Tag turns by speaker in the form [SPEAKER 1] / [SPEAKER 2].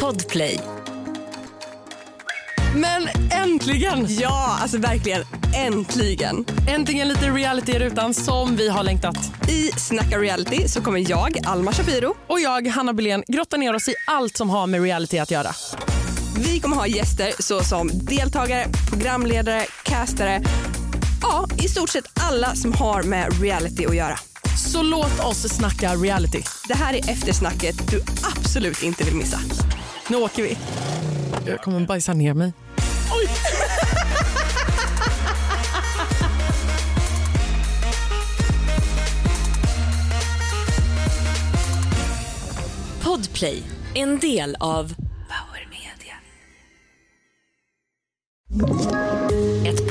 [SPEAKER 1] Podplay.
[SPEAKER 2] Men äntligen!
[SPEAKER 3] Ja, alltså verkligen. Äntligen!
[SPEAKER 2] Äntligen lite reality i rutan som vi har längtat.
[SPEAKER 3] I Snacka reality så kommer jag, Alma Shapiro,
[SPEAKER 2] Och jag, Hanna Billén, grottar ner oss i allt som har med reality att göra.
[SPEAKER 3] vi kommer ha gäster såsom deltagare, programledare, castare. Ja, i stort sett alla som har med reality att göra.
[SPEAKER 2] Så låt oss snacka reality.
[SPEAKER 3] Det här är eftersnacket du absolut inte vill missa.
[SPEAKER 2] Nu åker vi. Jag kommer bajsa ner mig.
[SPEAKER 1] Podplay. En del av Power Media. Ett